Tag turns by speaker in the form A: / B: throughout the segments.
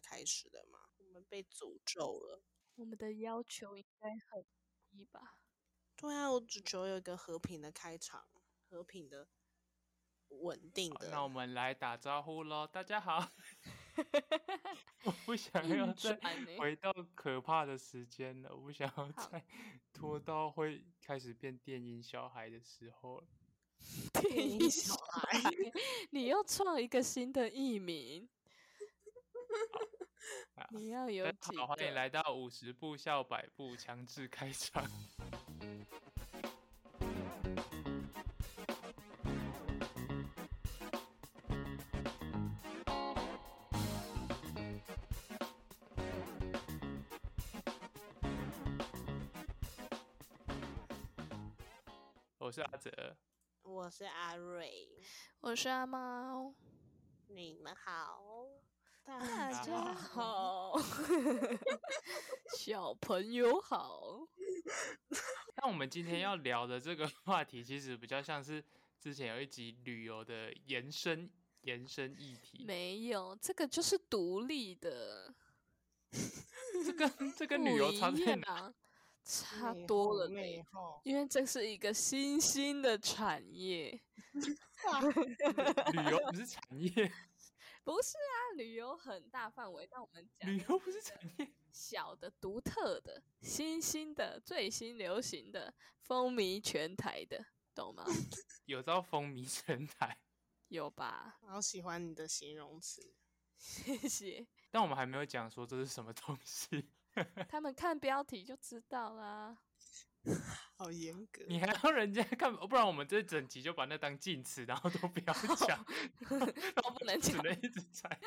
A: 开始的吗？我们被诅咒了。
B: 我们的要求应该很低 吧？
A: 对啊，我只求有一个和平的开场，和平的、稳定
C: 好
A: 的。
C: 那我们来打招呼喽，大家好。我不想要
B: 硬
C: 再
B: 转欸
C: 回到可怕的时间了，我不想要
B: 好
C: 再拖到会开始变电音小孩的时候了。
A: 电音小孩，
B: 你又创一个新的艺 名
C: 好，
B: 你要有
C: 啊大
B: 几
C: 家
B: 个？
C: 好，欢迎来到五十步笑百步强制开场。我是阿哲，
A: 我是阿瑞，
B: 我是阿猫，
A: 你们好，大
B: 大
C: 家
B: 家好， 小朋友好，
C: 那我们今天要聊的这个话题，其实比较像是之前有一集旅游的延伸延伸议题。
B: 没有这个就是独立的，
C: 这跟这跟
B: 不
C: 旅游
B: 一
C: 差在
B: 样
C: 哪？
B: 啊，差多了嘞
A: 内耗，
B: 因为这是一个新兴的产业，
C: 旅游不是产 业，
B: 不是啊，旅游很大范围，但我们讲
C: 旅游不是产业。
B: 小的、独特的、新兴的、最新流行的、风靡全台的，懂吗？
C: 有到风靡全台，
B: 有吧？
A: 好喜欢你的形容词。
B: 谢谢。
C: 但我们还没有讲说这是什么东西。
B: 他们看标题就知道啦。
A: 好严
B: 呃
A: 格，
C: 你还要人家看，不然我们这整集就把那当禁词，然后都不要 讲，
B: 都不能
C: 只
B: 讲
C: 能一直猜。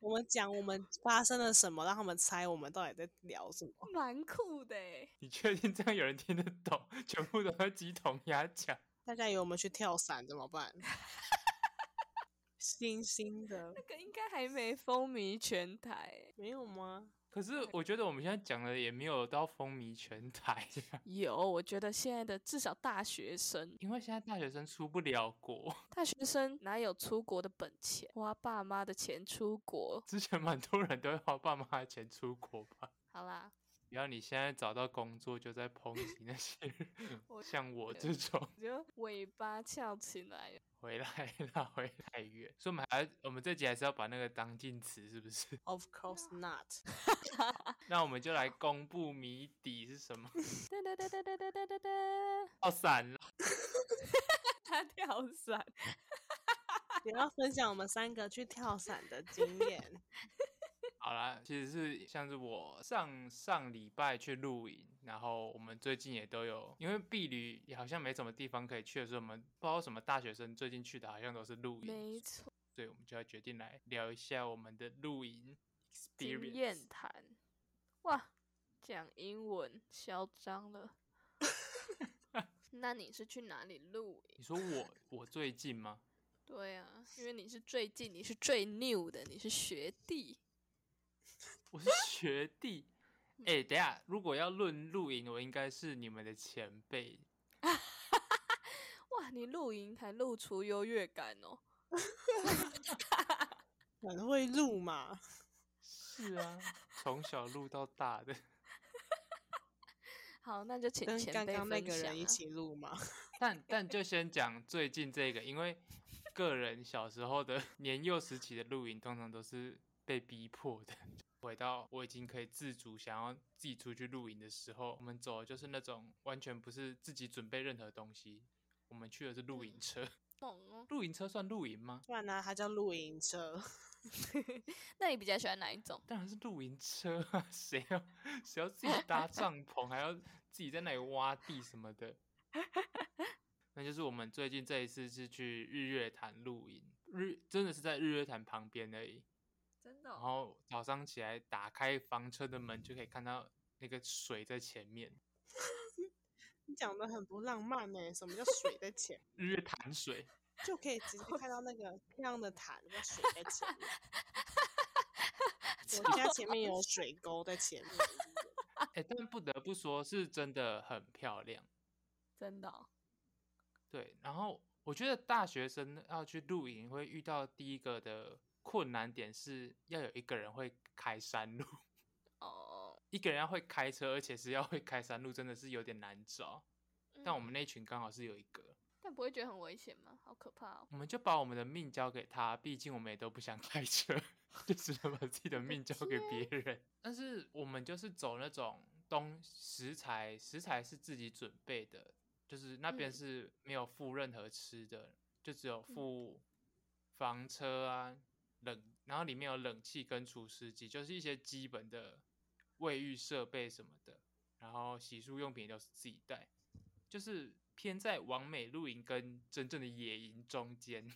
A: 我们讲我们发生了什么，让他们猜我们到底在聊什么。
B: 蛮酷的欸
C: 你确定这样有人听得懂？全部都要鸡同鸭讲。
A: 大家以为我们去跳伞怎么办？ 新兴的
B: 这个应该还没风靡全台欸。
A: 没有吗？
C: 可是我觉得我们现在讲的也没有到风靡全台，
B: 有，我觉得现在的至少大学生，
C: 因为现在大学生出不了国。
B: 大学生哪有出国的本钱？花爸妈的钱出国，
C: 之前蛮多人都会花爸妈的钱出国吧。
B: 好啦，
C: 只要你现在找到工作，就在抨击那些
B: 我
C: 像我这种
B: 我就尾巴翘起来。
C: 回来啦，回太远，所以我们还我们这集还是要把那个当进词，是不是？
A: Of course not。
C: 那我们就来公布谜底是什么？
B: 哒哒哒哒哒哒哒哒哒。
C: 哦，散了，
B: 他跳伞，
A: 也要分享我们三个去跳伞的经验。
C: 好啦，其实是像是我上上礼拜去露营，然后我们最近也都有，因为避旅也好像没什么地方可以去的时候，所以我们不知道什么大学生最近去的好像都是露营，
B: 没错，
C: 所以我们就要决定来聊一下我们的露营
B: 经
C: experience。
B: 验谈。哇，讲英文嚣张了。那你是去哪里露营？
C: 你说我我最近吗？
B: 对啊，因为你是最近，你是最 new 的，你是学弟。
C: 我是学弟。哎、等一下，如果要论露营，我应该是你们的前辈。
B: 哇，你露营还露出优越感哦。
A: 很会录嘛，
C: 是啊，从小露到大的。
B: 好，那就请
A: 跟
B: 前
A: 刚
B: 辈
A: 刚那
B: 分
A: 个
B: 享、
A: 人一
B: 啊。
A: 起录嘛。
C: 但但就先讲最近这个，因为个人小时候的年幼时期的露营，通常都是被逼迫的。回到我已经可以自主想要自己出去露营的时候，我们走的就是那种完全不是自己准备任何东西，我们去的是露营车。
B: 懂哦。
C: 露营车算露营吗？
A: 不然呢，它叫露营车。
B: 那你比较喜欢哪一种？
C: 当然是露营车啊！ 谁要谁要自己搭帐篷，还要自己在那里挖地什么的？那就是我们最近这一次是去日月潭露营，日真的是在日月潭旁边而已。
B: 真的哦
C: 然后早上起来打开房车的门，就可以看到那个水在前面，
A: 你讲的很不浪漫呢、什么叫水在前？
C: 日月潭水。
A: 就可以直接看到那个漂亮的塔，那个水在前 面。我家前面有水沟在前面，
C: 哎、但不得不说是真的很漂亮。
B: 真的哦、
C: 对，然后我觉得大学生要去露营会遇到第一个的困难点是要有一个人会开山路，
B: 哦，
C: 一个人要会开车，而且是要会开山路，真的是有点难找。但我们那群刚好是有一个，
B: 嗯但不会觉得很危险吗？好可怕哦！
C: 我们就把我们的命交给他，毕竟我们也都不想开车， 就只能把自己的命交给别人。但是我们就是走那种东食材，食材是自己准备的，就是那边
B: 嗯
C: 是没有附任何吃的，就只有
A: 嗯
C: 附房车啊、冷，然后里面有冷气跟除湿机，就是一些基本的卫浴设备什么的，然后洗漱用品也都是自己带。就是偏在完美露营跟真正的野营中间。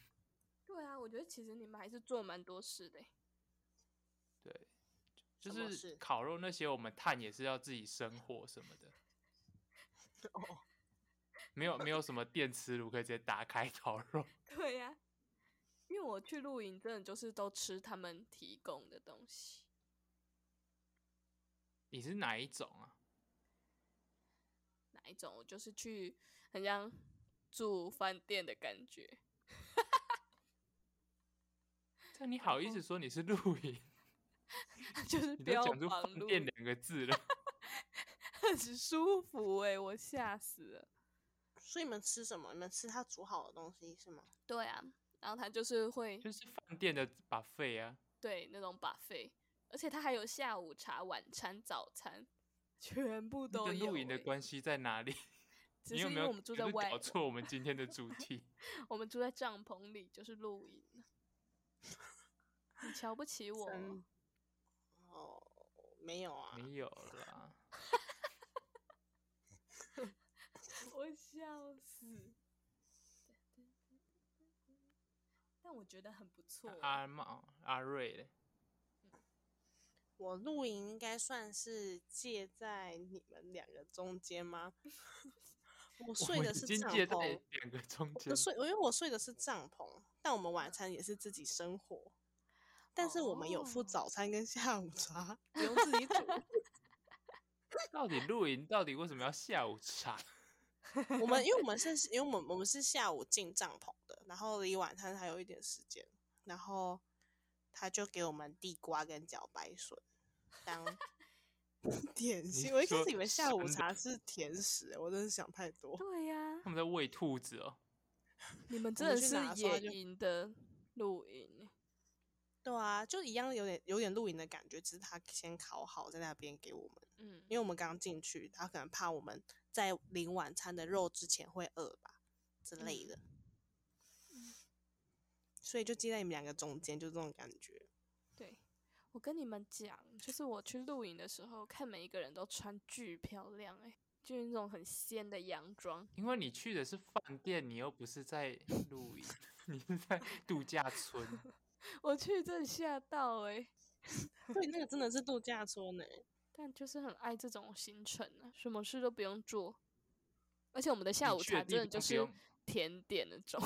B: 对啊，我觉得其实你们还是做蛮多事的欸。
C: 对，就
A: 什么
C: 是
A: 事
C: 烤肉那些，我们炭也是要自己生火什么的，
A: 哦，
C: 没有没有什么电磁炉可以直接打开烤肉。
B: 对呀、因为我去露营，真的就是都吃他们提供的东西。
C: 你是哪一种啊？
B: 哪一种？我就是去很像住饭店的感觉。
C: 这你好意思说你是露 营？
B: 就是
C: 你
B: 不
C: 都
B: 要
C: 讲出“
B: 忙
C: 饭店”
B: 碌，
C: 两个 字了。
B: 很舒服哎、我吓死了。
A: 所以你们吃什么？你们吃他煮好的东西是吗？
B: 对啊，然后他就是会
C: 就是饭店的把费啊，
B: 对那种把费，而且他还有下午茶、晚餐、早餐，全部
C: 这
B: 都有、
C: 跟
B: 欸。
C: 露营的关系在哪里？
B: 只
C: 你
B: 是
C: 有
B: 因
C: 没
B: 为
C: 有
B: 我们住
C: 你
B: 在
C: 是
B: 外
C: 搞
B: 面，
C: 错我们今天 的主题？
B: 我们住在帐篷里，就是露营了。你瞧不起我吗？
A: 真哦，没有啊，
C: 没有啦。
B: 我笑死。但我觉得很不错欸、
C: 阿茂、阿瑞嘞，
A: 我露营应该算是介在你们两个中间吗？ 我
C: 我
A: 睡
C: 们
A: 的
C: 已
A: 是
C: 经
A: 帐
C: 介在
B: 哦
A: 篷，
C: 两个中
A: 我
C: 间，
A: 睡，因为我睡的是帐篷，但我们晚餐也是自己生火，但是我们有附
B: 哦
A: 早餐跟下午茶，不用自己煮。
C: 到底露营到底为什么要下午茶？
A: 我们因为我们是，因为我们我们是下午进帐篷的，然后离晚餐还有一点时间，然后他就给我们地瓜跟茭白笋 当点心。我一开
C: 说
A: 始以为下午
C: 生的
A: 茶是甜食，我真是想太多。
B: 对呀、
C: 他们在喂兔子哦。
B: 你们真
A: 们
B: 的
A: 去
B: 是
A: 哪的时候
B: 野
A: 他就
B: 营的露营欸，
A: 对啊，就一样有点有点露营的感觉，只是他先烤好在那边给我们，
B: 嗯，
A: 因为我们刚进去，他可能怕我们在领晚餐的肉之前会饿吧之类的，嗯所以就接在你们两个中间，就这种感 觉。
B: 对，我跟你们讲，就是我去露营的时候，看每一个人都穿巨漂亮、欸，就是那种很鲜的洋装。
C: 因为你去的是饭店，你又不是在露营， 你是在度假村。
B: 我去真的吓到哎、
A: 对，那个真的是度假村欸呢、
B: 但就是很爱这种行程啊，什么事都不用做，而且我们的下
C: 你
B: 午
C: 去的
B: 茶
C: 地
B: 真的就
C: 方不
B: 是
C: 用
B: 甜点那种，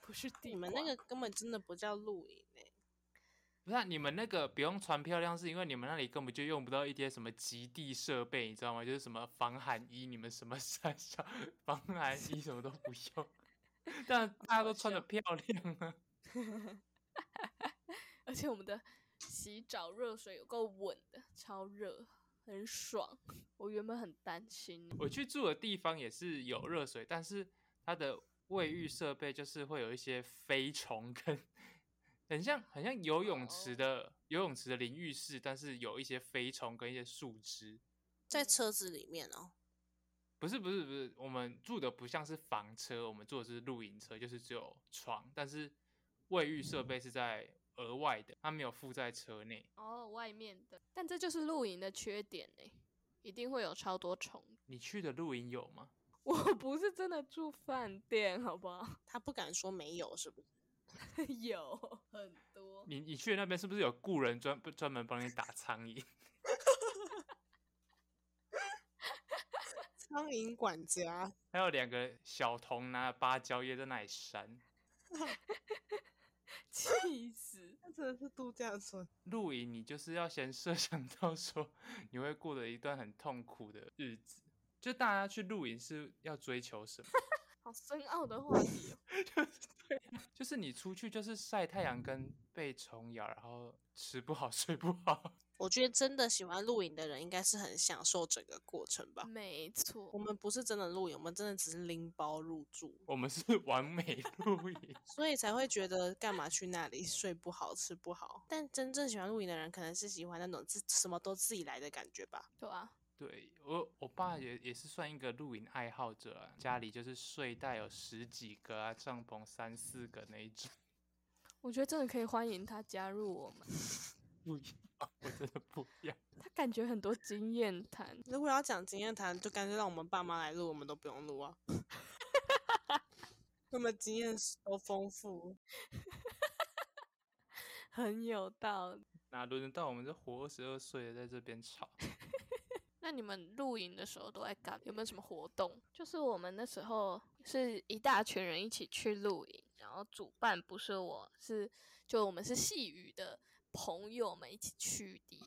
B: 不是地
A: 你们那
B: 瓜
A: 个根本真的不叫露营哎、
C: 不是啊、你们那个不用穿漂亮，是因为你们那里根本就用不到一些什么极地设备，你知道吗？就是什么防寒衣，你们什么三小防寒衣什么都不用， 但大家都穿的漂亮啊。
B: 而且我们的洗澡热水有够稳的，超热，很爽。我原本很担心，
C: 我去住的地方也是有热水，但是它的卫浴设备就是会有一些飞虫跟，很像很像游泳池
B: 哦
C: 的、游泳池的淋浴室，但是有一些飞虫跟一些树枝。
A: 在
B: 嗯
A: 车子里面哦、
C: 不是不是不是，我们住的不像是房车，我们住的是露营车，就是只有床，但是卫浴设备是在额外的，它没有附在车内。
B: 哦，外面的，但这就是露营的缺点呢、一定会有超多虫。
C: 你去的露营有吗？
B: 我不是真的住饭店，好不好？
A: 他不敢说没有，是不是？
B: 有很多，
C: 你你去的那边是不是有雇人专专门帮你打苍蝇？
A: 苍蝇管家，
C: 还有两个小童拿着芭蕉叶在那里扇。
B: 气死！
A: 那真的是度假村。
C: 露营你就是要先设想到说你会过得一段很痛苦的日子。就大家去露营是要追求什么？
B: 好深奥的话题、哦，
C: 就是你出去就是晒太阳跟被虫咬，然后吃不好 睡不好。
A: 我觉得真的喜欢露营的人，应该是很享受整个过程吧。
B: 没错
A: 我，们不是真的露营，我们真的只是拎包入住，
C: 我们是完美露营，
A: 所以才会觉得干嘛去那里 睡不好、吃不好。但真正喜欢露营的人，可能是喜欢那种自什么都自己来的感觉吧。
B: 对啊，
C: 对我，我爸也也是算一个露营爱好者、啊，家里就是睡袋有十几个啊，帐篷三四个那一种。
B: 我觉得真的可以欢迎他加入我们，
C: 不一样，啊我真的不一样。
B: 他感觉很多经验谈。
A: 如果要讲经验谈，就干脆让我们爸妈来录，我们都不用录啊。 那么经验是多丰富，
B: 很有道理。
C: 哪轮得到我们这活二十二岁的在这边吵？
B: 那你们露营的时候都在干？有没有什么活动？就是我们那时候是一大群人一起去露营，然后主办不是我，是就我们是细雨的朋友们一起去的，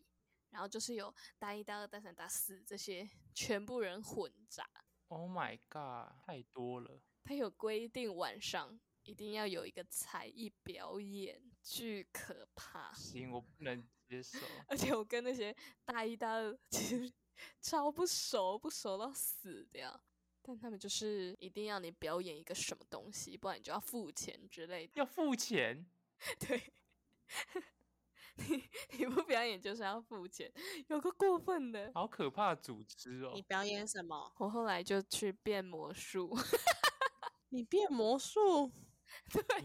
B: 然后就是有大一、大二、大三、大四这些全部人混杂。
C: Oh my god，太多了！
B: 他有规定晚上一定要有一个才艺表演，巨可怕。
C: 行，我不能接受。
B: 而且我跟那些大一、大二其实 超不熟，不熟到死掉。但他们就是一定要你表演一个什么东西，不然你就要付钱之类的。
C: 要付钱，
B: 对，你你不表演就是要付钱，有个过分的。
C: 好可怕的组织哦
A: 你！表演什么？
B: 我后来就去变魔术，
A: 你变魔术？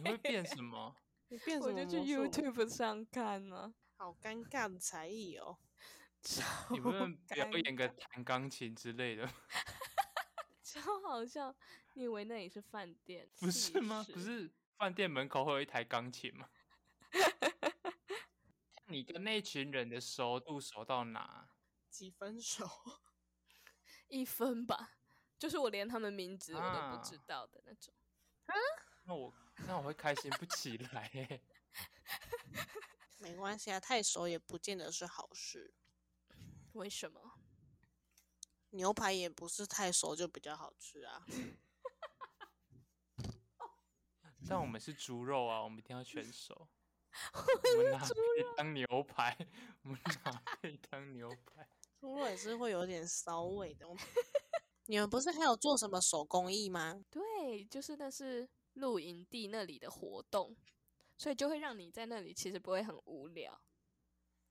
C: 你会变什么？
A: 你变什
B: 我
A: 么
B: 就
A: 魔
B: 去
A: 术？
B: YouTube 上看了、
A: 好尴尬的才艺哦。
B: 超
C: 你不 能表
A: 尴
C: 演个弹钢琴之类的，
B: 超好笑。你以为那里是饭店？
C: 不
B: 其
C: 是吗？不
B: 实
C: 是饭店门口会有一台钢琴吗？ 你跟那群人的熟度熟到哪？
A: 几分熟？
B: 一分吧，就是我连他们名字我都不知
C: 啊
B: 道的那种。
C: 那我那我会开心不起来、欸。
A: 没关系啊，太熟也不见得是好事。
B: 为什么？
A: 牛排也不是太熟就比较好吃啊。
C: 但我们是猪肉啊，我们一定要全 熟。我们哪可以当牛排？我们哪可以当牛排？
A: 猪肉也是会有点骚味的。 你们不是还有做什么手工艺吗？
B: 对，就是那是露营地那里的活动，所以就会让你在那里其实不会很无聊。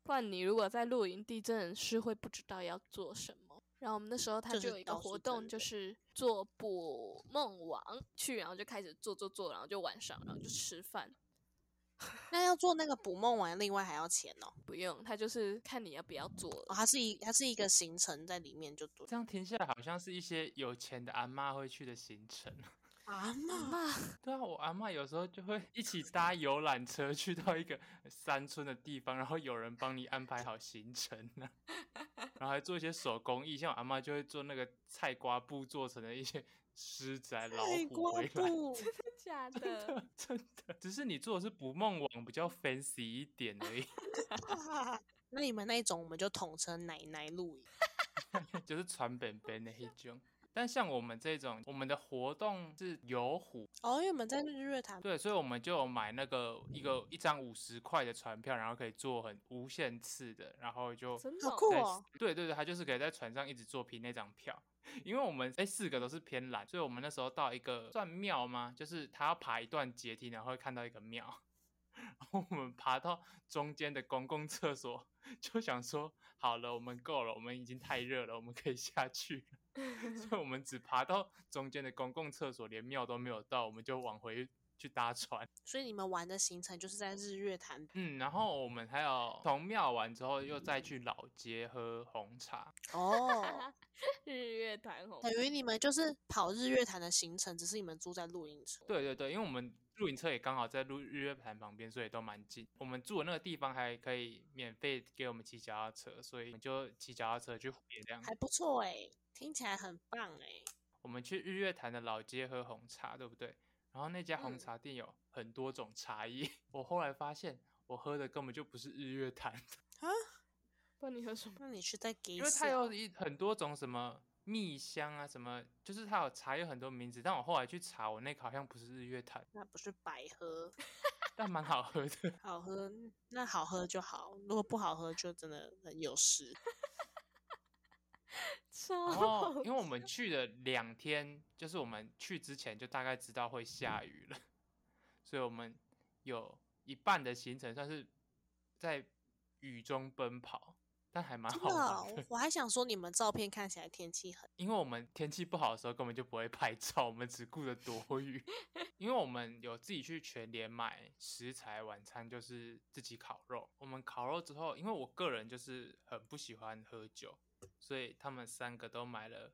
B: 不然你如果在露营地，真的是会不知道要做什么。然后我们那时候他
A: 这
B: 就是有一个
A: 倒是
B: 活
A: 真
B: 动，就
A: 的
B: 是做捕梦网去，然后就开始做做做，然后就晚上，然后就吃饭，
A: 那要做那个捕梦丸，另外还要钱哦。
B: 不用他就是看你要不要做了
A: 哦，它是一它是一个行程在里面就对
C: 这样听下来，好像是一些有钱的阿嬷会去的行程。
A: 啊嘛，
B: 啊。
C: 对啊，我阿嬷有时候就会一起搭游览车去到一个山村的地方，然后有人帮你安排好行程 呢、然后还做一些手工艺，像我阿嬷就会做那个菜瓜布做成的一些狮子啊、老
A: 太
C: 虎
A: 瓜
C: 回来。
A: 布，
B: 假
C: 真的真的，只是你做的是捕梦网，比较 fancy 一点而已，
A: 那你们那一种我们就统称奶奶露营。
C: 就是传本本的那一种。但像我们这种，我们的活动是游湖，
A: 哦，因为我们在日月潭
C: 对，所以我们就有买那个一个一张五十块的船票，然后可以坐很无限次的，然后就
B: 真的
A: 好
B: 哦
A: 酷
C: 在
A: 哦，
C: 对对对，他就是可以在船上一直做凭那张票。 因为我们哎四个都是偏懒，所以我们那时候到一个算庙吗？就是他要爬一段阶梯，然后会看到一个庙， 然后我们爬到中间的公共厕所， 就想说好了，我们够了，我们已经太热了，我们可以下去了。 所以我们只爬到中间的公共厕所，连庙都没有到，我们就往回去搭船。
A: 所以你们玩的行程就是在日月潭
C: 嗯，然后我们还有从庙完之后，又再去老街喝红茶。
A: 哦。
B: 日月潭红
A: 等于你们就是跑日月潭的行程，只是你们住在露营车。
C: 对对对，因为我们露营车也刚好在露日月潭旁边，所以都蛮近。我们住的那个地方还可以免费给我们骑脚踏车，所以我们就骑脚踏车去湖边这样。
A: 还不错哎、听起来很棒哎、
C: 我们去日月潭的老街喝红茶，对不对？然后那家红
B: 嗯
C: 茶店有很多种茶叶， 我后来发现我喝的根本就不是日月潭的，
B: 不然你喝什么？
A: 那你是在给
C: 因为它有一很多种什么蜜香啊，什么，就是它有茶有很多名字，但我后来去查，我那个好像不是日月潭，
A: 那不是百合，
C: 但蛮好喝 的。
A: 好喝那好喝就好，如果不好喝就真的很有事。
B: 超
C: 然
B: 哦
C: 后哦因为我们去了两天，就是我们去之前就大概知道会下雨了，所以我们有一半的行程算是在雨中奔跑，但还蛮
A: 真
C: 好玩的。
A: 的，啊哦我还想说你们照片看起来天气很，
C: 因为我们天气不好的时候根本就不会拍照，我们只顾着躲雨。因为我们有自己去全联买食材，晚餐就是自己烤肉。我们烤肉之后，因为我个人就是很不喜欢喝酒，所以他们三个都买了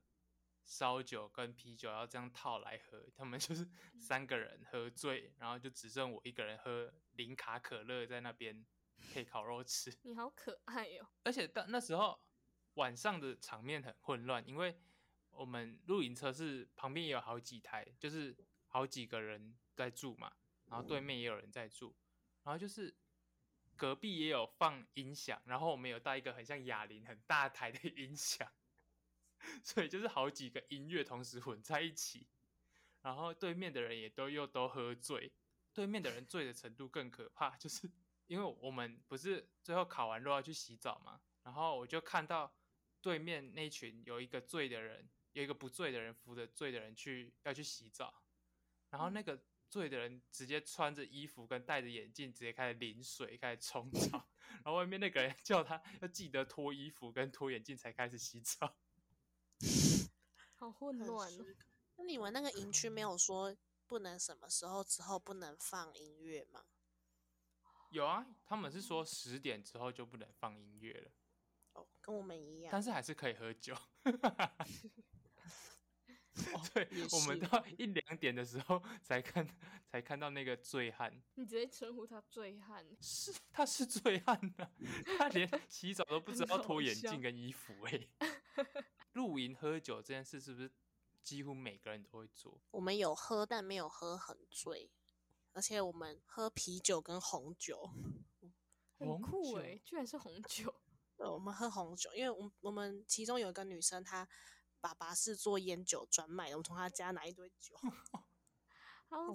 C: 烧酒跟啤酒，然后这样套来喝。他们就是三个人喝醉，然后就只剩我一个人喝零卡可乐在那边配烤肉吃。
B: 你好可爱哦哟、
C: 而且到那时候晚上的场面很混乱，因为我们露营车是旁边也有好几台，就是好几个人在住嘛，然后对面也有人在住，然后就是隔壁也有放音响，然后我们有带一个很像哑铃很大台的音响， 所以就是好几个音乐同时混在一起，然后对面的人也都又都喝醉，对面的人醉的程度更可怕，就是因为我们不是最后烤完肉要去洗澡嘛，然后我就看到对面那群有一个醉的人，有一个不醉的人扶着醉的人去要去洗澡，然后那个醉的人直接穿着衣服跟戴着眼镜，直接开始淋水，开始冲澡， 然后外面那个人叫他要记得脱衣服跟脱眼镜才开始洗澡。
B: 好混
A: 很
B: 乱、
A: 舒
B: 哦。
A: 那你们那个营区没有说不能什么时候之后不能放音乐吗？
C: 有啊，他们是说十点之后就不能放音乐了，
A: 哦，跟我们一样，
C: 但是还是可以喝酒。对
A: 也，
C: 我们
A: 是
C: 到一两点的时候才看才看到那个醉汉，
B: 你直接称呼他醉汉，
C: 是他是醉汉呐、他连洗澡都不知道
B: 很好
C: 脱眼
B: 笑
C: 镜跟衣服哎、露营喝酒这件事是不是几乎每个人都会做？
A: 我们有喝，但没有喝很醉，而且我们喝啤酒跟红酒。
B: 很
C: 红
B: 酷
C: 酒
B: 哎、居然是红酒，
A: 对，呃我们喝红酒，因为我们我们其中有一个女生，她爸爸是做烟酒专卖的，我们从她家拿一堆酒，
B: 好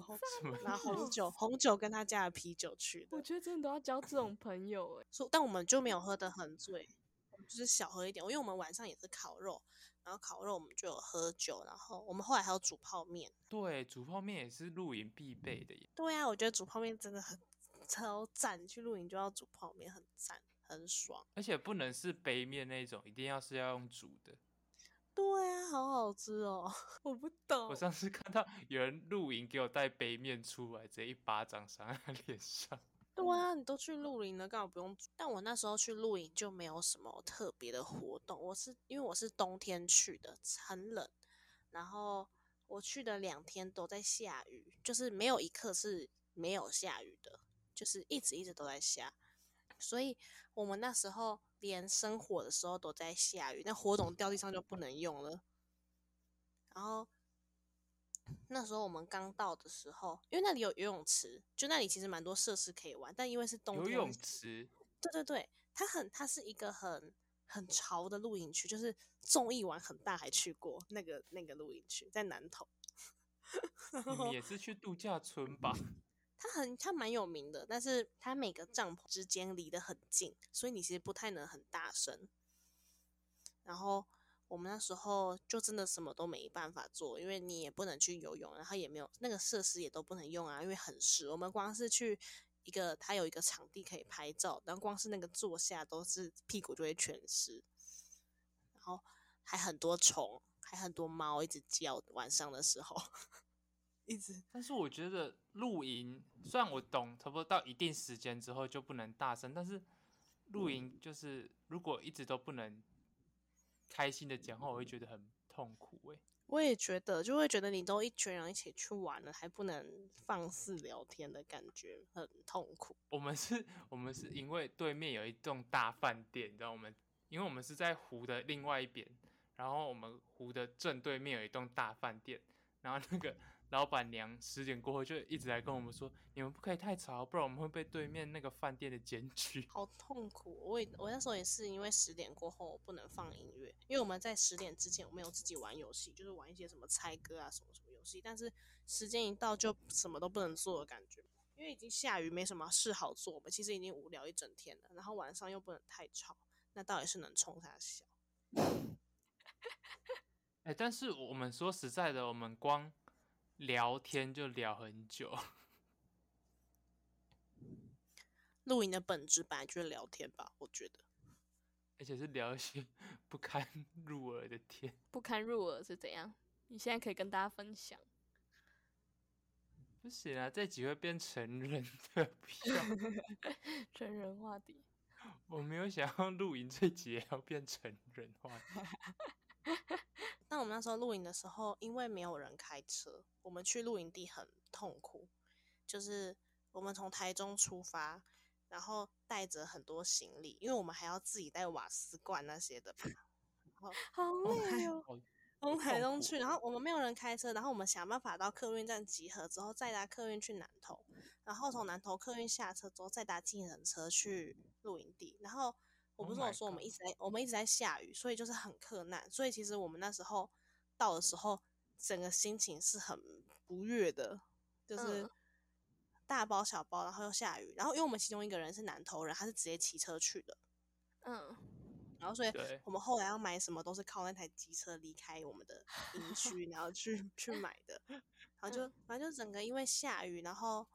A: 好
C: 什
B: 赞
C: 么
B: 哦、
A: 拿红酒，红酒跟她家的啤酒去
B: 我
A: 的，
B: 觉得真的都要交这种朋友哎、
A: 所以但我们就没有喝得很醉，我们就是小喝一点，因为我们晚上也是烤肉，然后烤肉我们就有喝酒，然后我们后来还有煮泡面。
C: 对，煮泡面也是露营必备的耶。
A: 对啊，我觉得煮泡面真的很超赞，去露营就要煮泡面，很赞，很爽。
C: 而且不能是杯面那种，一定要是要用煮的。
A: 对啊，好好吃哦。
B: 我不懂，
C: 我上次看到有人露营给我带杯面出来，直接一巴掌扇在他脸上。
A: 对啊，你都去露营了，干嘛不用煮？但我那时候去露营就没有什么特别的活动，我是因为我是冬天去的，很冷，然后我去的两天都在下雨，就是没有一刻是没有下雨的，就是一直一直都在下，所以我们那时候连生火的时候都在下雨，那火种掉地上就不能用了，然后那时候我们刚到的时候，因为那里有游泳池，就那里其实蛮多设施可以玩，但因为是冬
C: 游
A: 天，
C: 泳池
A: 对对对，它很，它是一个很很潮的露营区，就是综艺玩很大，还去过那个那个露营区，在南投，
C: 你们也是去度假村吧？
A: 它很它蛮有名的，但是它每个帐篷之间离得很近，所以你其实不太能很大声。然后我们那时候就真的什么都没办法做，因为你也不能去游泳，然后也没有那个设施也都不能用啊，因为很湿。我们光是去一个它有一个场地可以拍照，然后光是那个坐下都是屁股就会全湿，然后还很多虫，还很多猫一直叫，晚上的时候 一直
C: 但是我觉得露营，虽然我懂，差不多到一定时间之后就不能大声，但是露营就是如果一直都不能开心的讲话，我会觉得很痛苦哎、
A: 我也觉得，就会觉得你都一群人一起去玩了，还不能放肆聊天的感觉，很痛苦。
C: 我们是，我们是因为对面有一栋大饭店，你知道我们，因为我们是在湖的另外一边，然后我们湖的正对面有一栋大饭店，然后那个老板娘十点过后就一直来跟我们说，你们不可以太吵，啊不然我们会被对面那个饭店的检举。
A: 好痛苦。哦我也我那时候也是因为十点过后我不能放音乐，因为我们在十点之前我们有自己玩游戏，就是玩一些什么猜歌啊什么什么游戏，但是时间一到就什么都不能做的感觉，因为已经下雨没什么事好做，我们其实已经无聊一整天了，然后晚上又不能太吵，那到底是能冲啥笑？
C: 哎、但是我们说实在的，我们光聊天就聊很久。
A: 露营的本质本来就是聊天吧，我觉得。
C: 而且是聊一些 不堪入耳的天。
B: 不堪入耳是怎样？你现在可以跟大家分享。
C: 不行啊，这集会变成人的 不要。
B: 真人话题，
C: 我没有想要露营这集也要变成人 话题。
A: 但我们那时候露营的时候，因为没有人开车，我们去露营地很痛苦。就是我们从台中出发，然后带着很多行李，因为我们还要自己带瓦斯罐那些的吧。
B: 好累哦。
C: 哦，
A: 从台
C: 痛
A: 中
C: 苦
A: 去，然后我们没有人开车，然后我们想办法到客运站集合之后，再搭客运去南投，然后从南投客运下车之后，再搭计程车去露营地。然后我
C: Oh
A: 不是有
C: my
A: 说我们
C: God
A: 一直在我们一直在下雨，所以就是很困难。所以其实我们那时候到的时候，整个心情是很不悦的，就是
B: 嗯
A: 大包小包，然后又下雨。然后因为我们其中一个人是南投人，他是直接骑车去的，
B: 嗯，
A: 然后所以
C: 对
A: 我们后来要买什么都是靠那台机车离开我们的 营区，然后去去买的。然后就
C: 嗯
A: 反正就整个因为下雨，然后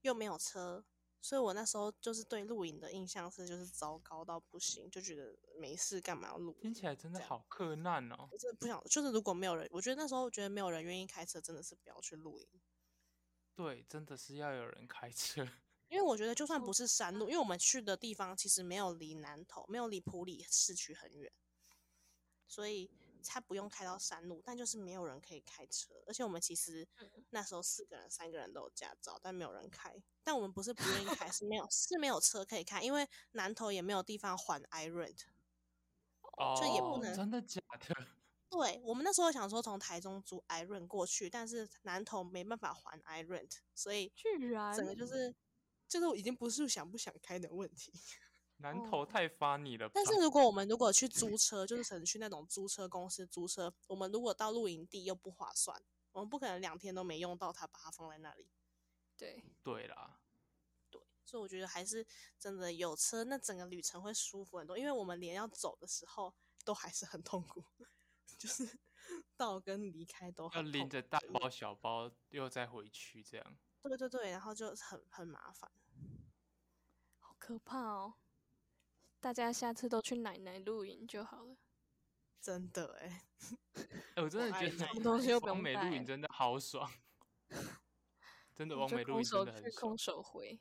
A: 又没有车，所以我那时候就是对露营的印象是就是糟糕到不行，就觉得没事干嘛要露
C: 听
A: 营？
C: 起来真的
A: 这样
C: 好困难哦。
A: 我真的不想，就是如果没有人，我觉得那时候觉得没有人愿意开车，真的是不要去露营。
C: 对，真的是要有人开 车。
A: 因为我觉得，就算不是山路，因为我们去的地方其实没有离南头，没有离普里市区很远，所以他不用开到山路，但就是没有人可以开车。而且我们其实那时候四个人，三个人都有驾照，但没有人开。但我们不是不愿意开，是没有是没有车可以开，因为南头也没有地方还 i rent。
C: 哦，
A: 这也不能
C: 真的假的？
A: 对我们那时候想说从台中租 i rent 过去，但是南头没办法还 i rent，所以
B: 居然
A: 整个就是就是已经不是想不想开的问题。
C: 南
B: 哦
C: 头太发你了吧？
A: 但是如果我们如果去租车，就是可能去那种租车公司租车，我们如果到露营地又不划算，我们不可能两天都没用到它，把它放在那里。
B: 对，
C: 对啦，
A: 所以我觉得还是真的有车，那整个旅程会舒服很多。因为我们连要走的时候都还是很痛苦， 就是到跟离开都
C: 要
A: 很
C: 拎
A: 痛苦。
C: 着大包小包又再回去这样。
A: 对对对，然后就很很麻烦。
B: 好可怕哦。大家下次都去奶奶露营就好了。
A: 真的哎、
C: 哎、我真
A: 我
C: 的
A: 爱
C: 觉
A: 这种
C: 得
B: 东西又不
C: 王
B: 用
C: 美露
B: 带
C: 营真的 好爽，真的
B: 我
C: 王
B: 就
C: 美露
B: 空
C: 营真
B: 手
C: 的很
B: 去，
C: 爽
B: 空。手回。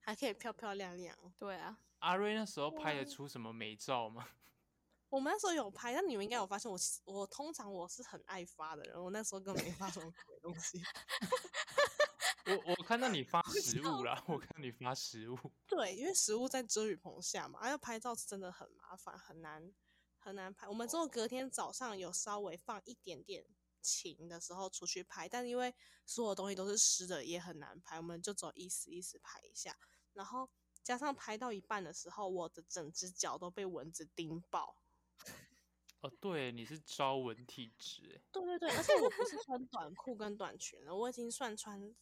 A: 还可以漂漂亮亮。哦
B: 对啊，
C: 阿瑞那时候
B: 哇哦
C: 拍得出什么美照吗？
A: 我们那时候有拍，但你们应该有发现我其实，我通常我是很爱发的人，我那时候根本没发什么鬼东西。
C: 我我看到你 发食物啦，我看到你发食物。
A: 对，因为食物在遮雨棚下嘛，啊要拍照是真的很麻烦，很难很难拍。我们之后隔天早上有稍微放一点点晴的时候出去拍，但因为所有东西都是湿的，也很难拍，我们就走意思意思拍一下。然后加上拍到一半的时候，我的整只脚都被蚊子叮爆。
C: 哦，对，你是招蚊体质欸，
A: 对对对，而且我不是穿短裤跟短裙了，我已经算穿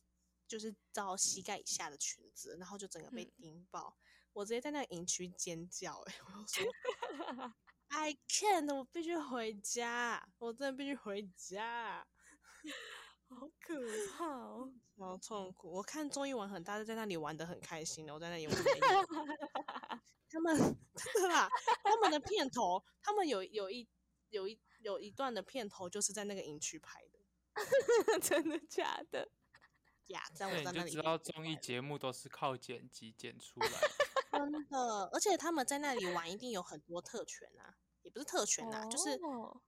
A: 就是到膝盖以下的裙子，然后就整个被
B: 嗯
A: 叮爆，我直接在那个营区尖叫、欸， 我就说 I can't，我必须回家，我真的必须回家，
B: 好可怕哦！
A: 好痛苦。我看综艺玩很大，在那里玩的很开心的，我在那里玩得一 脸他们真的啦，他们的片头，他们有有一有一有一段的片头就是在那个营区拍的。
B: 真的假的？
A: 呀，在我
C: 对，
A: 在
C: 你
A: 那
C: 就
A: 里
C: 知
A: 被
C: 道
A: 电
C: 综
A: 坏
C: 艺
A: 了
C: 节目都是靠剪辑剪出 来的。
A: 真的，而且他们在那里玩一定有很多特权啊，也不是特权啊，就是
B: 哦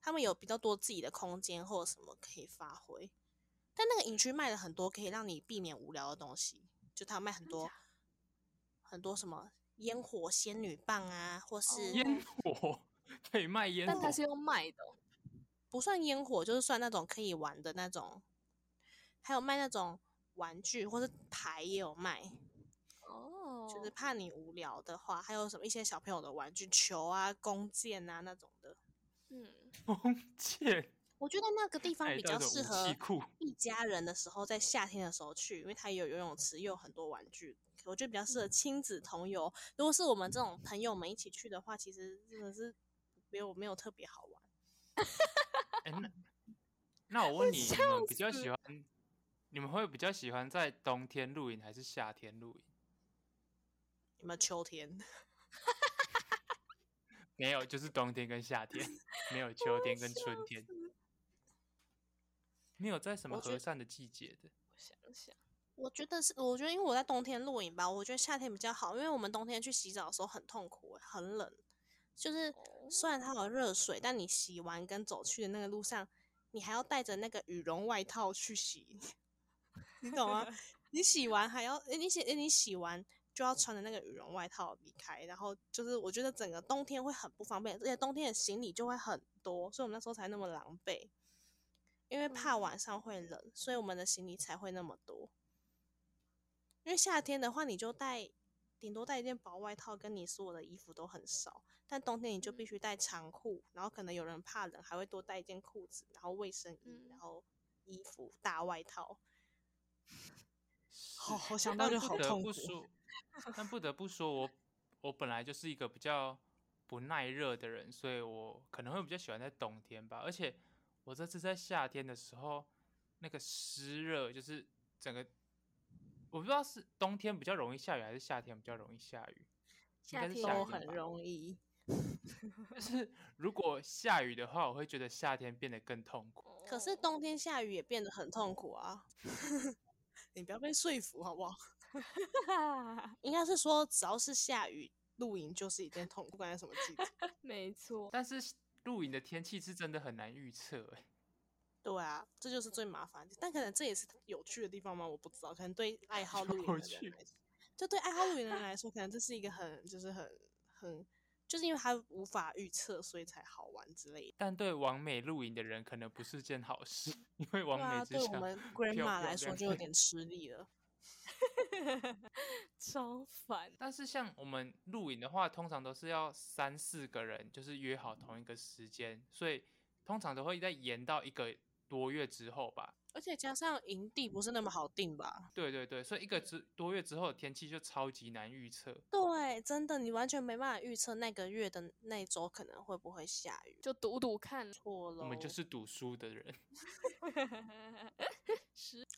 A: 他们有比较多自己的空间或者什么可以发挥。但那个营区卖了很多可以让你避免无聊的东西，就他卖很多很多什么烟火仙女棒啊，或
B: 哦
A: 是
C: 烟火可以卖烟
B: 但
C: 火
B: 它，是用卖的哦、
A: 不算烟火，就是算那种可以玩的那种还有卖那种玩具或是牌也有卖，
B: 哦，
A: 就是怕你无聊的话，还有什么一些小朋友的玩具球啊、弓箭啊那种的。
B: 嗯，
C: 弓箭，
A: 我觉得那个地方
C: 爱
A: 比
C: 到
A: 较
C: 这种
A: 适
C: 武
A: 合
C: 器库
A: 一家人的时候，在夏天的时候去，因为它也有游泳池，又有很多玩具，我觉得比较适合亲子同游。如果是我们这种朋友们一起去的话，其实真的是没有没有特别好玩。
C: 哎、那那我 问你，你
B: 笑
C: 们比较
B: 死
C: 喜欢，你们会比较喜欢在冬天露营还是夏天露营？
A: 有没有秋天？
C: 没有，就是冬天跟夏天， 没有秋天跟春天，没有在什么
A: 我觉
C: 和
A: 得
C: 善的季节的。
B: 我想想，
A: 我觉得是，我觉得因为我在冬天露营吧，我觉得夏天比较好，因为我们冬天去洗澡的时候很痛苦、很冷。就是虽然它有热水，但你洗完跟走去的那个路上，你还要带着那个羽绒外套去洗， 你懂吗？你洗完还要，诶你洗，诶你洗完就要穿着那个羽绒外套离开，然后就是我觉得整个冬天会很不方便，而且冬天的行李就会很多，所以我们那时候才那么狼狈，因为怕
B: 嗯
A: 晚上会冷，所以我们的行李才会那么多。因为夏天的话，你就带顶多带一件薄外套，跟你所有的衣服都很少。但冬天你就必须带长裤，然后可能有人怕冷，还会多带一件裤子，然后卫生衣，
B: 嗯
A: 然后衣服、大外套。好，
C: 是
A: 好想到
C: 但
A: 就
C: 不
A: 好
C: 得
A: 痛
C: 不
A: 苦。
C: 说，但不得不说，我我本来就是一个比较不耐热的人，所以我可能会比较喜欢在冬天吧。而且我这次在夏天的时候，那个湿热就是整个，我不知道是冬天比较容易下雨，还是夏天比较容易下雨。应
B: 夏
C: 该是
B: 天
C: 夏
A: 都
C: 天
A: 很
C: 吧
A: 容易。
C: 就是如果下雨的话，我会觉得夏天变得更痛苦。
A: 可是
B: 哦
A: 冬天下雨也变得很痛苦啊！ 你不要被说服好不 好？
B: 哦
A: 应该是说，只要是下雨，露营就是一件痛苦，不管在什么季节。
B: 没错，
C: 但是露营的天气是真的很难预测、欸，
A: 对啊，这就是最麻烦的。但可能这也是有趣的地方吗？我不知道。可能对 爱好露营的
C: 有
A: 人
C: 趣
A: 来说，就对爱好露营的 人来说，可能这是一个很就是很很，就是因为他无法预测，所以才好玩之类的。
C: 但对完美露营的人可能不是件好事， 因为完
A: 对啊，
C: 美
A: 对
C: 之
A: 我
C: 想
A: 们
C: 漂
A: grandma
C: 亮
A: 来
C: 亮
A: 说就有
C: 亮
A: 点吃力了。
B: 超烦。
C: 但是像我们露营的话，通常都是要三四个人，就是约好同一个时间，所以通常都会再延到一个多月之后吧。
A: 而且加上营地不是那么好定吧？
C: 对对对，所以一个之多月之后的天气就超级难预测。
A: 对，真的，你完全没办法预测那个月的那一周可能会不会下雨。
B: 就赌赌看，
A: 错了，
C: 我们就是赌输的人，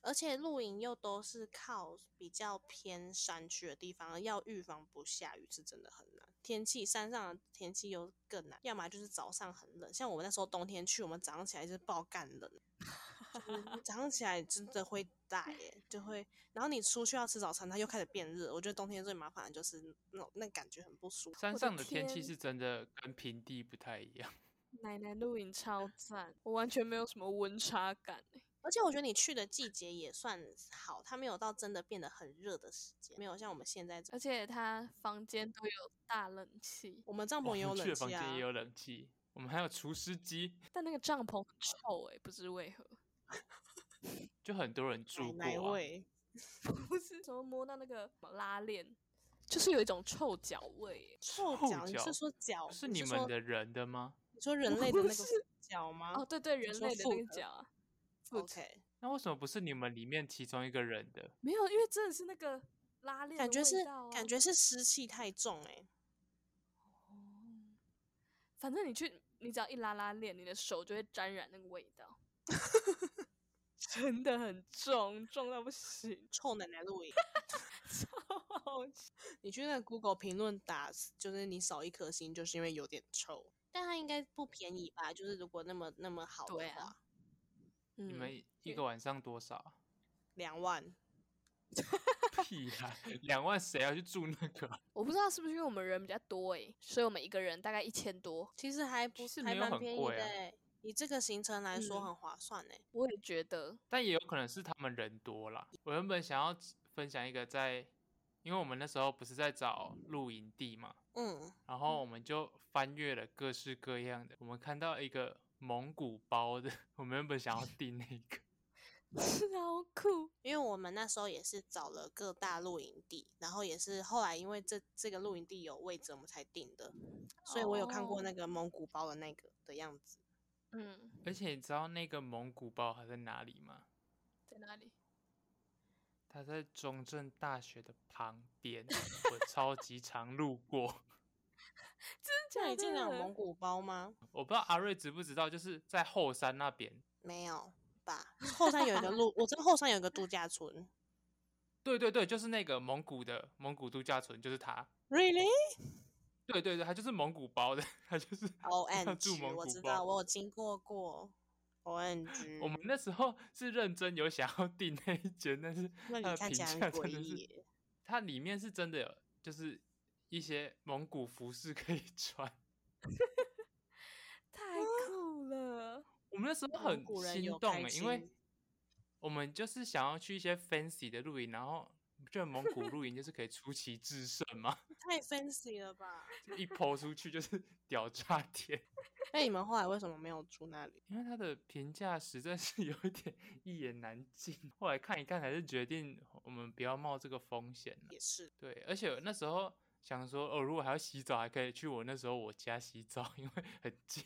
A: 而且露营又都是靠比较偏山区的地方，要预防不下雨是真的很难。天气山上的天气又更难，要么就是早上很冷，像我们那时候冬天去，我们早上起来是爆干冷， 就是你早上起来真的会大耶，就会。然后你出去要吃早餐，它又开始变热。我觉得冬天最麻烦的就是那种那感觉很不舒服。
C: 山
B: 的
C: 上的天气
B: 天
C: 是真的跟平地不太一样。
B: 奶奶露营超赞，我完全没有什么温差感、欸。
A: 而且我觉得你去的季节也算好，它没有到真的变得很热的时间，没有像我们现在
C: 呃
A: 这，
B: 而且他房间都有大冷气，
A: 我们帐
C: 我
A: 篷也有
C: 们去
A: 冷
C: 的房
A: 气
C: 间
A: 啊
C: 也。有冷气，我们还有除湿机，
B: 但那个帐篷很臭哎、不知为何，
C: 就很多人住过、
A: 奶奶
C: 啊。
A: 味，
B: 不是怎么摸到那个拉链，就是有一种臭脚味、欸
A: 臭
C: 臭
A: 脚，你
C: 脚
A: 哦是说脚？
C: 是你
A: 说
C: 们的人的吗？
A: 你说人
B: 不
A: 类的那个
B: 是
A: 脚吗
B: 欸。哦，对对，人
A: 啊说
B: 类的
A: 负
B: 那个
A: 的
B: 脚啊，
A: o k
C: 那为什么不是你们里面其中一个人的？
B: 没有，因为真的是那个拉链的
A: 感觉
B: 味
A: 是
B: 道啊
A: 感觉是湿气太重哎、
B: 哦，反正你去，你只要一拉拉链，你的手就会沾染那个味 道，真的很重，重到不行，
A: 臭奶奶 露营，
B: 超好笑
A: 你去那个 Google 评论打，就是你少一颗星，就是因为有点臭。但它应该不便宜吧？就是如果那么那么好的
B: 对啊
A: 话，
B: 嗯
C: 你们一
B: 对
C: 个晚上多少 啊？
A: 两、万。
C: 屁啦，两万谁要去住那个啊？
B: 我不知道是不是因为我们人比较多诶、所以我们一个人大概一千多，
A: 其实还不
C: 其实
A: 还
C: 没有
A: 蛮
C: 很
A: 便宜
C: 贵
A: 的、
C: 啊
A: 欸，以这个行程来说
B: 嗯
A: 很划算欸呢、
B: 我也觉得，
C: 但也有可能是他们人多啦。我原本想要分享一个在，因为我们那时候不是在找露营地嘛，
A: 嗯，
C: 然后我们就翻阅了各式 各样的，我们看到一个蒙古包的，我们原本想要订那个，
B: 超酷，
A: 因为我们那时候也是找了各大露营地，然后也是后来因为这这个露营地有位置，我们才定的，所以我有看过
C: 哦
A: 那个蒙古包的那个的样子，
B: 嗯，
C: 而且你知道那个蒙古包它在哪里吗？
B: 在哪里？
C: 它在中正大学的旁边，我超级常路过。
B: 真
A: 那
C: 啊
B: 的
A: 你
B: 假
A: 进了
B: 的
A: 蒙古包吗？
C: 我不知道阿瑞知不知道，就是在后山那边。
A: 没 有吧？后山有一个露，我知道后山有一个度假村。
C: 对对对，就是那个蒙古的蒙古度假村，就是它。
A: Really?
C: 对对对，它就是蒙古包的，它就是
A: O 哦
C: 要
A: N
C: 住
A: G，
C: 蒙
A: 我
C: 古
A: 知道，嗯
C: 包。
A: 我有经过过。O N G，
C: 我们那时候是认真有想要订那一间，但是
A: 那
C: 它
A: 你
C: 的
A: 看
C: 评
A: 起来很
C: 价
A: 诡
C: 真的
A: 异
C: 是，
A: 耶，
C: 它里面是真的有，就是一些蒙古服饰可以穿。
B: 太酷
C: 啊
B: 了，
C: 我们那时候
A: 蒙
C: 很
A: 古人
C: 心
A: 有
C: 动
A: 开
C: 欸，因为
A: 心
C: 我们就是想要去一些 fancy 的露营，然后就 蒙古露营就是可以出奇制胜嘛，
A: 太 fancy 了吧？
C: 就一抛出去就是 屌炸天。
A: 那你们后来为什么没有住那里？
C: 因为它的评价实在是有一点一言难尽，后来看一看还是决定我们不要冒这个风险了。
A: 也是，
C: 对，而且那时候想说，哦，如果还要洗澡，还可以去我那时候我家洗澡， 因为很近。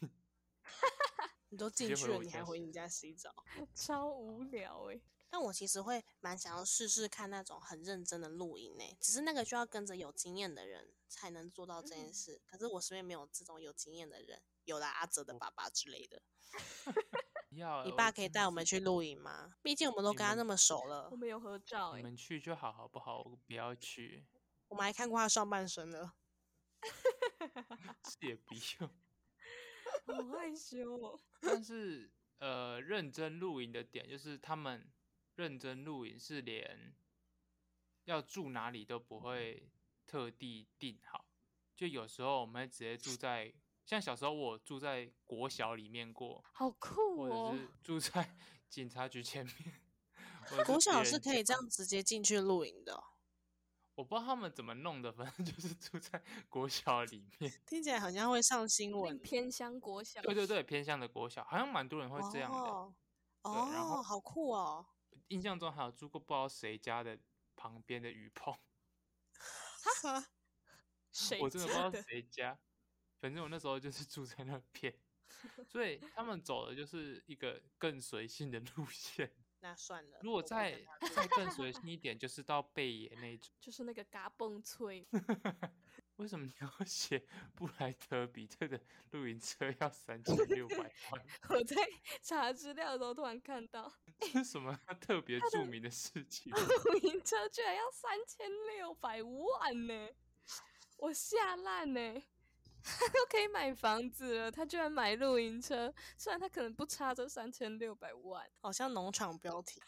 A: 你都
C: 接
A: 进去
C: 回
A: 了，
C: 我
A: 你
C: 家
A: 还
C: 洗
A: 回你家洗澡？
B: 超无聊哎、
A: 但我其实会蛮想要试试看那种很认真的露营呢、只是那个就要跟着有经验的人才能做到这件
B: 嗯
A: 事。可是我身边没有这种有经验的人，有啦阿
C: 哦
A: 哲的爸爸之类的。
C: 要
A: 你
C: 我
A: 爸
C: 真
A: 可以
C: 的
A: 带我
C: 是
A: 们去露营吗？毕竟我们都
C: 呃你
A: 跟他
C: 们
A: 那么熟了
B: 我，们有合照哎、
C: 哦你们去就好，好不好？我不要去，
A: 我们还看过他上半身了。
C: 这也不用。
B: 好害羞 哦。
C: 但是呃，认真露营的点就是他们认真露营是连要住哪里都不会特地定好，就有时候我们会直接住在，像小时候我住在国小里面过，
B: 好酷
C: 或
B: 哦
C: 者！是住在 警察局前面。或者
A: 国
C: 别
A: 小是
C: 人
A: 可
C: 家
A: 以这样直接进去露营 的哦、
C: 我不知道他们怎么弄的，反正 就是住在国小里面。
A: 听起来好像会上新
B: 变
A: 闻。
B: 偏乡国小，
C: 对对对，偏向的国小，好像蛮多人会这样的。
A: 哦，
C: 对然后
A: 哦好酷哦！
C: 印象中还有住过不知道谁家的旁边的雨棚，
B: 谁
C: 我真的不知
B: 家
C: 道谁家。反正我那时候就是住在那 边，所以他们走的就是一个更随性的路线。
A: 那算了，
C: 如果
A: 我不会跟
C: 再
A: 他
C: 再更随性一点，就是到贝爷那一种。
B: 就是那个嘎嘣脆，
C: 为什么你要 写布莱德比特的露营车要三千六百万？
B: 我在查资料的时候突然看到，
C: 这是什么特别著名的事情？
B: 露营车居然要三千六百万呢、我吓烂呢、他都可以买房子了，他居然买露营车，虽然他可能不差这三千六百万，
A: 好像农场标题，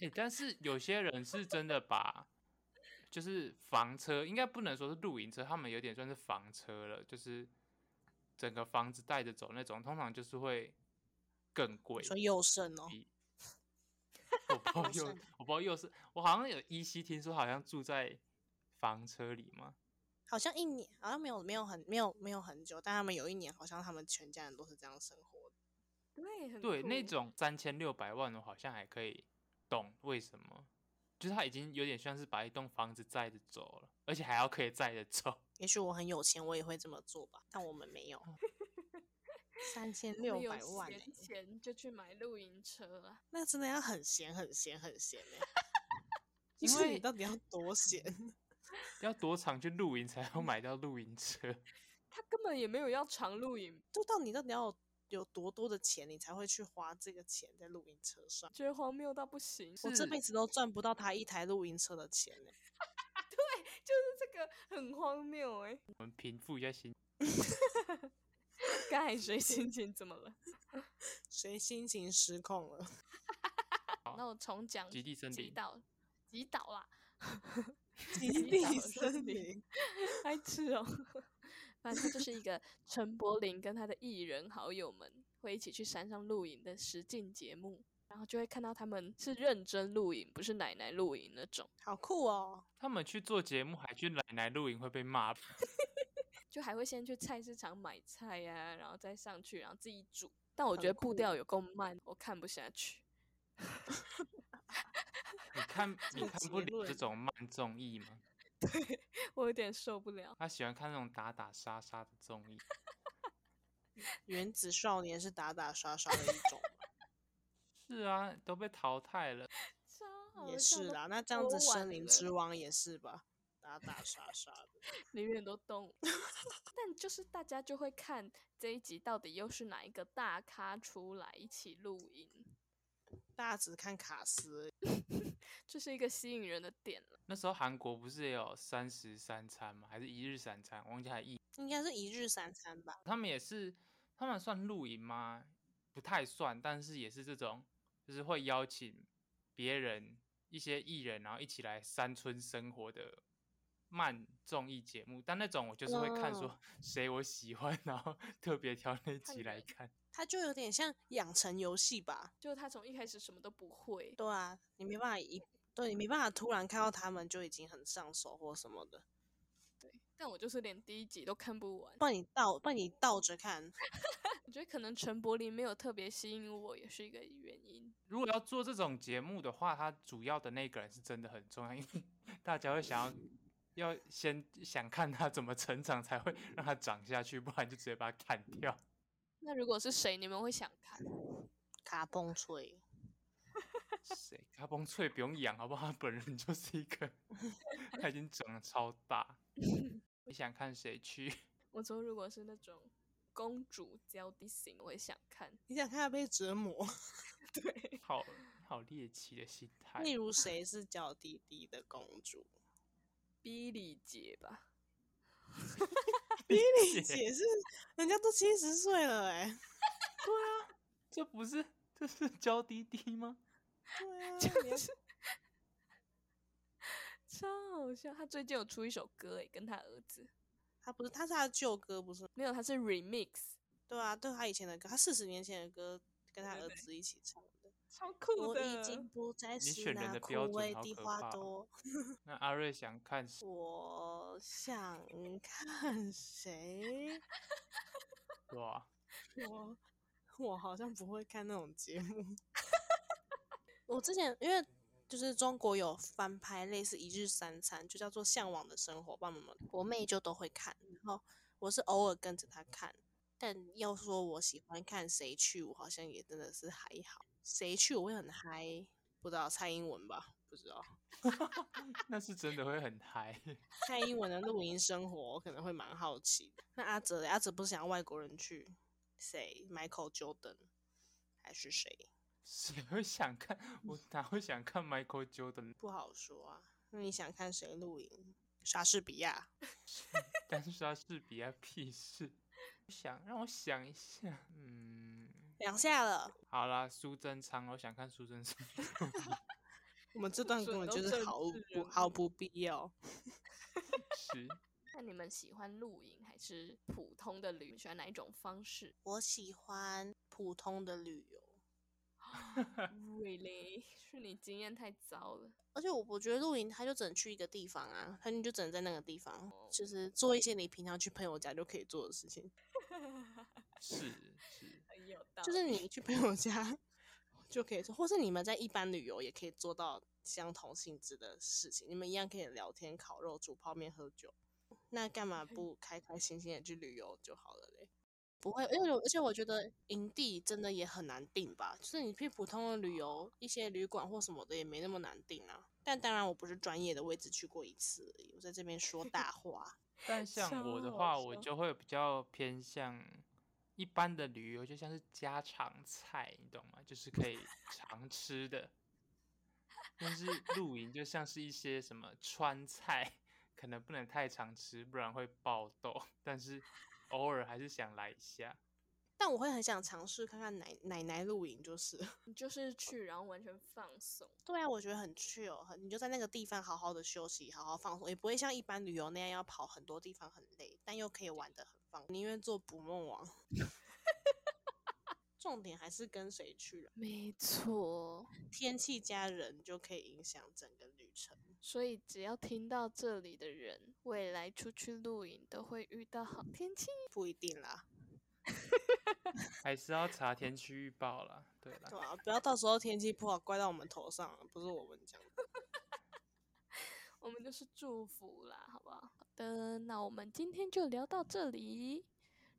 C: 哎、但是有些人是真的把，就是房车，应该不能说是露营车，他们有点算是房车了，就是整个房子带着走那种，通常就是会更贵
A: 你。说幼生
B: 嗯
A: 哦，
C: 比 我不知
A: 优
C: 道又
A: 胜
C: 我不知道哦又是我好像有依稀听说，好像住在房车里吗？
A: 好像一年好像没有没有很没有没有很久，但他们有一年好像他们全家人都是这样生活的。
B: 对，很
C: 对，那
B: 酷欸
C: 种三千六百万，我好像还可以懂为什么，就是他已经有点像是把一栋房子载着走了，而且还要可以载着走。
A: 也许我很有钱，我也会这么做吧，但我们没 有。三千
B: 我
A: 六
B: 们有
A: 百万欸、
B: 闲钱就去买露营车啊，
A: 那真的要很闲很闲很闲 哎、就
C: 因
A: 是你
C: 为
A: 到底要多闲？
C: 要多常去露营才能买到露营车？
B: 他根本也没有要长露营
A: 就到你到底要有有多多的钱，你才会去花这个钱在露营车上？
B: 觉得荒谬到不行，
A: 我这
C: 是
A: 辈子都赚不到他一台露营车的钱呢、
B: 就是这个很荒谬哎、欸。
C: 我们平复一下心，
B: 刚才谁心情怎么了？
A: 谁心情失控 了？
B: 那我重讲
C: 极地森
B: 击
C: 林。
B: 倒击倒啦，
A: 极
B: 地
A: 地
B: 森
A: 森
B: 林
A: 林，
B: 爱吃哦。 反正就是一个陈柏霖跟他的艺人好友们会一起去山上露营的实境节目，然后就会看到他们是认真露营，不是奶奶露营那种，
A: 好酷哦！
C: 他们去做节目，还去奶奶露营会被骂吧。
B: 就还会先去菜市场买啊菜呀、然后再上去，然后自己煮。但我觉
A: 很
B: 得步调
A: 酷
B: 有够慢，我看不下去。
C: 你 看你
A: 这
C: 看不
A: 结
C: 了这
A: 论
C: 种慢综艺吗？
B: 我有点受不了。
C: 他喜欢看那种打打杀杀的综艺。
A: 原子少年是打打杀杀的一 种嘛，
C: 是啊，都被淘汰了。
B: 超好
A: 也
B: 笑
A: 是
B: 的
A: 啦。哦那这样
B: 播
A: 子，
B: 完
A: 森林
B: 了
A: 之王也是吧，打打杀杀的。
B: 里面很多动物，但就是大家就会看这一集到底又是哪一个大咖出来一起录音，
A: 大家只看卡斯而已，
B: 这是一个吸引人的点了。
C: 那时候韩国不是也有三十三餐吗？还是一日三餐？忘记还一，
A: 应该是一日三餐吧。
C: 他们也是，他们算露营吗？不太算，但是也是这种，就是会邀请别人一些艺人，然后一起来山村生活的慢综艺节目。但那种我就是会看说
A: 哦
C: 谁我喜欢，然后 特别挑那
B: 看
C: 集来
B: 人
C: 看。
A: 它就有点像养成游戏吧。
B: 就他从一开始什么都不会，
A: 对啊，你没办法一，对你没办法突然看到他们就已经很上手或什么的。
B: 但我就是连第一集都看不完。
A: 不然你倒，不然你倒着看。
B: 我觉得可能陈柏霖没有特别吸引我，也是一个原因。
C: 如果要做这种节目的话，他主要的那个人是真的很重要，因为 大家会想要要先想看他怎么成长，才会让他长下去，不然就直接把他砍掉。
B: 那如果是谁，你们会想看？
A: 卡崩脆，
C: 谁？他崩脆不用养，好不好？他本人就是一个，他已经长得超大。你想看谁去？
B: 我说如果是那种公主娇滴型，我会想看。
A: 你想看他被折磨？
C: 好好猎奇的心 态。
A: 例如谁是娇滴滴的公主？
B: 比利姐吧，
C: 啊
A: 比利姐是，人家都七十岁了哎、
C: 这不是这是娇滴滴吗？
A: 对 啊，你要
B: 就是 超好笑。他最近有出一首歌诶，跟他儿子
A: 他不是，他是他的旧歌不是？
B: 没有，他是 remix，
A: 对啊，对他以前的歌，他四十年前的歌，跟他
B: 对
A: 儿
B: 对
A: 子一起唱的。
B: 超酷
A: 我
B: 的。
A: 已经不再是
C: 选人
A: 那
C: 的
A: 枯
C: 标准
A: 萎
C: 好
A: 的
C: 可怕
A: 花
C: 哦
A: 朵。
C: 那阿瑞想看谁？哦
A: 我想看谁？
C: 哇，
A: 我 我好像不会看那种节目。 我之前因为就是中国有翻拍类似《一日三餐》，就叫做《向往的生活》吧，我们我妹就都会看，然后我是偶尔跟着她看。但要说我喜欢看谁去，我好像也真的是还好。谁去我会很嗨，不知道蔡英文吧？不知道
C: 那是真的会很嗨。
A: 蔡英文的露营生活，我可能会蛮好奇的。那阿哲嘞，阿哲不是想要外国人去？谁？Michael Jordan 还是谁？
C: 谁会想看？我哪会想看 Michael Jordan？
A: 不好说啊。那你想看谁露营？莎士比亚？
C: 但是他是比较屁事。想让我想一下，嗯，
A: 两下了，
C: 好啦，苏贞昌，我想看苏贞昌。
A: 我们这段
B: 什
A: 根本
B: 么
A: 就是
B: 政
A: 毫无
B: 治
A: 不
B: 人
A: 毫
B: 物
A: 不必要。
C: 是
B: 那你们喜欢露营还是普通的旅？你们喜欢哪一种方式
A: 我喜欢普通的旅游，
B: ？Really？是你经验太糟了。
A: 而且我我觉得露营，它就只能去一个地方啊，它你就只能在那个地方，就是做一些你平常去朋友家就可以做的事情。
C: 是是，
B: 很 有道理，
A: 就是你去朋友家就可以做，或是你们在一般旅游也可以做到相同性质的事情，你们一样可以聊天、烤肉、煮泡面、喝酒。那干嘛不开开心心的去旅游就好了嘞？不会，因为我而且我觉得营地真的也很难定吧，就是你去普通的旅游，一些旅馆或什么的也没那么难定啊。但当然，我不是专业的，我也只去过一次而已。我在这边说大话，
C: 但像我 的
B: 超好
C: 话，我
B: 笑
C: 就会比较偏向一般的旅游，就像是家常菜，你懂吗？就是可以常吃的。但是露营就像是一些什么川菜，可能不能太常吃，不然会爆痘。但是偶尔还是想来一下。
A: 但我会很想尝试看看奶奶奶露营，就是了。
B: 你就是去然后完全放松。
A: 对啊，我觉得很 chill，很你就在那个地方好好的休息，好好放松，也不会像一般旅游那样要跑很多地方很累，但又可以玩的很放。宁愿做捕梦网。 重点还是跟谁去了，
B: 没错，
A: 天气加人就可以影响整个旅程。
B: 所以只要听到这里的人，未来出去露营都会遇到好天气。
A: 不一定啦，
C: 还是要查天气预报啦。对啦
A: 对，吧、不要到时候天气不好怪到我们头上，啊不是我们讲的。
B: 我们就是祝福啦，好不好？好的，那我们今天就聊到这里。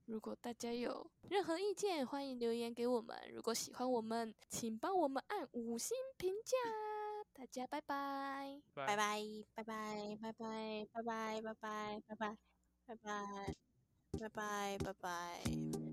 B: 如果大家有任何意见，欢迎留言给我们。如果喜欢我们，请帮我们按五星评价。大家拜拜。
A: 拜拜拜拜拜拜拜拜拜拜拜拜拜拜拜拜拜拜。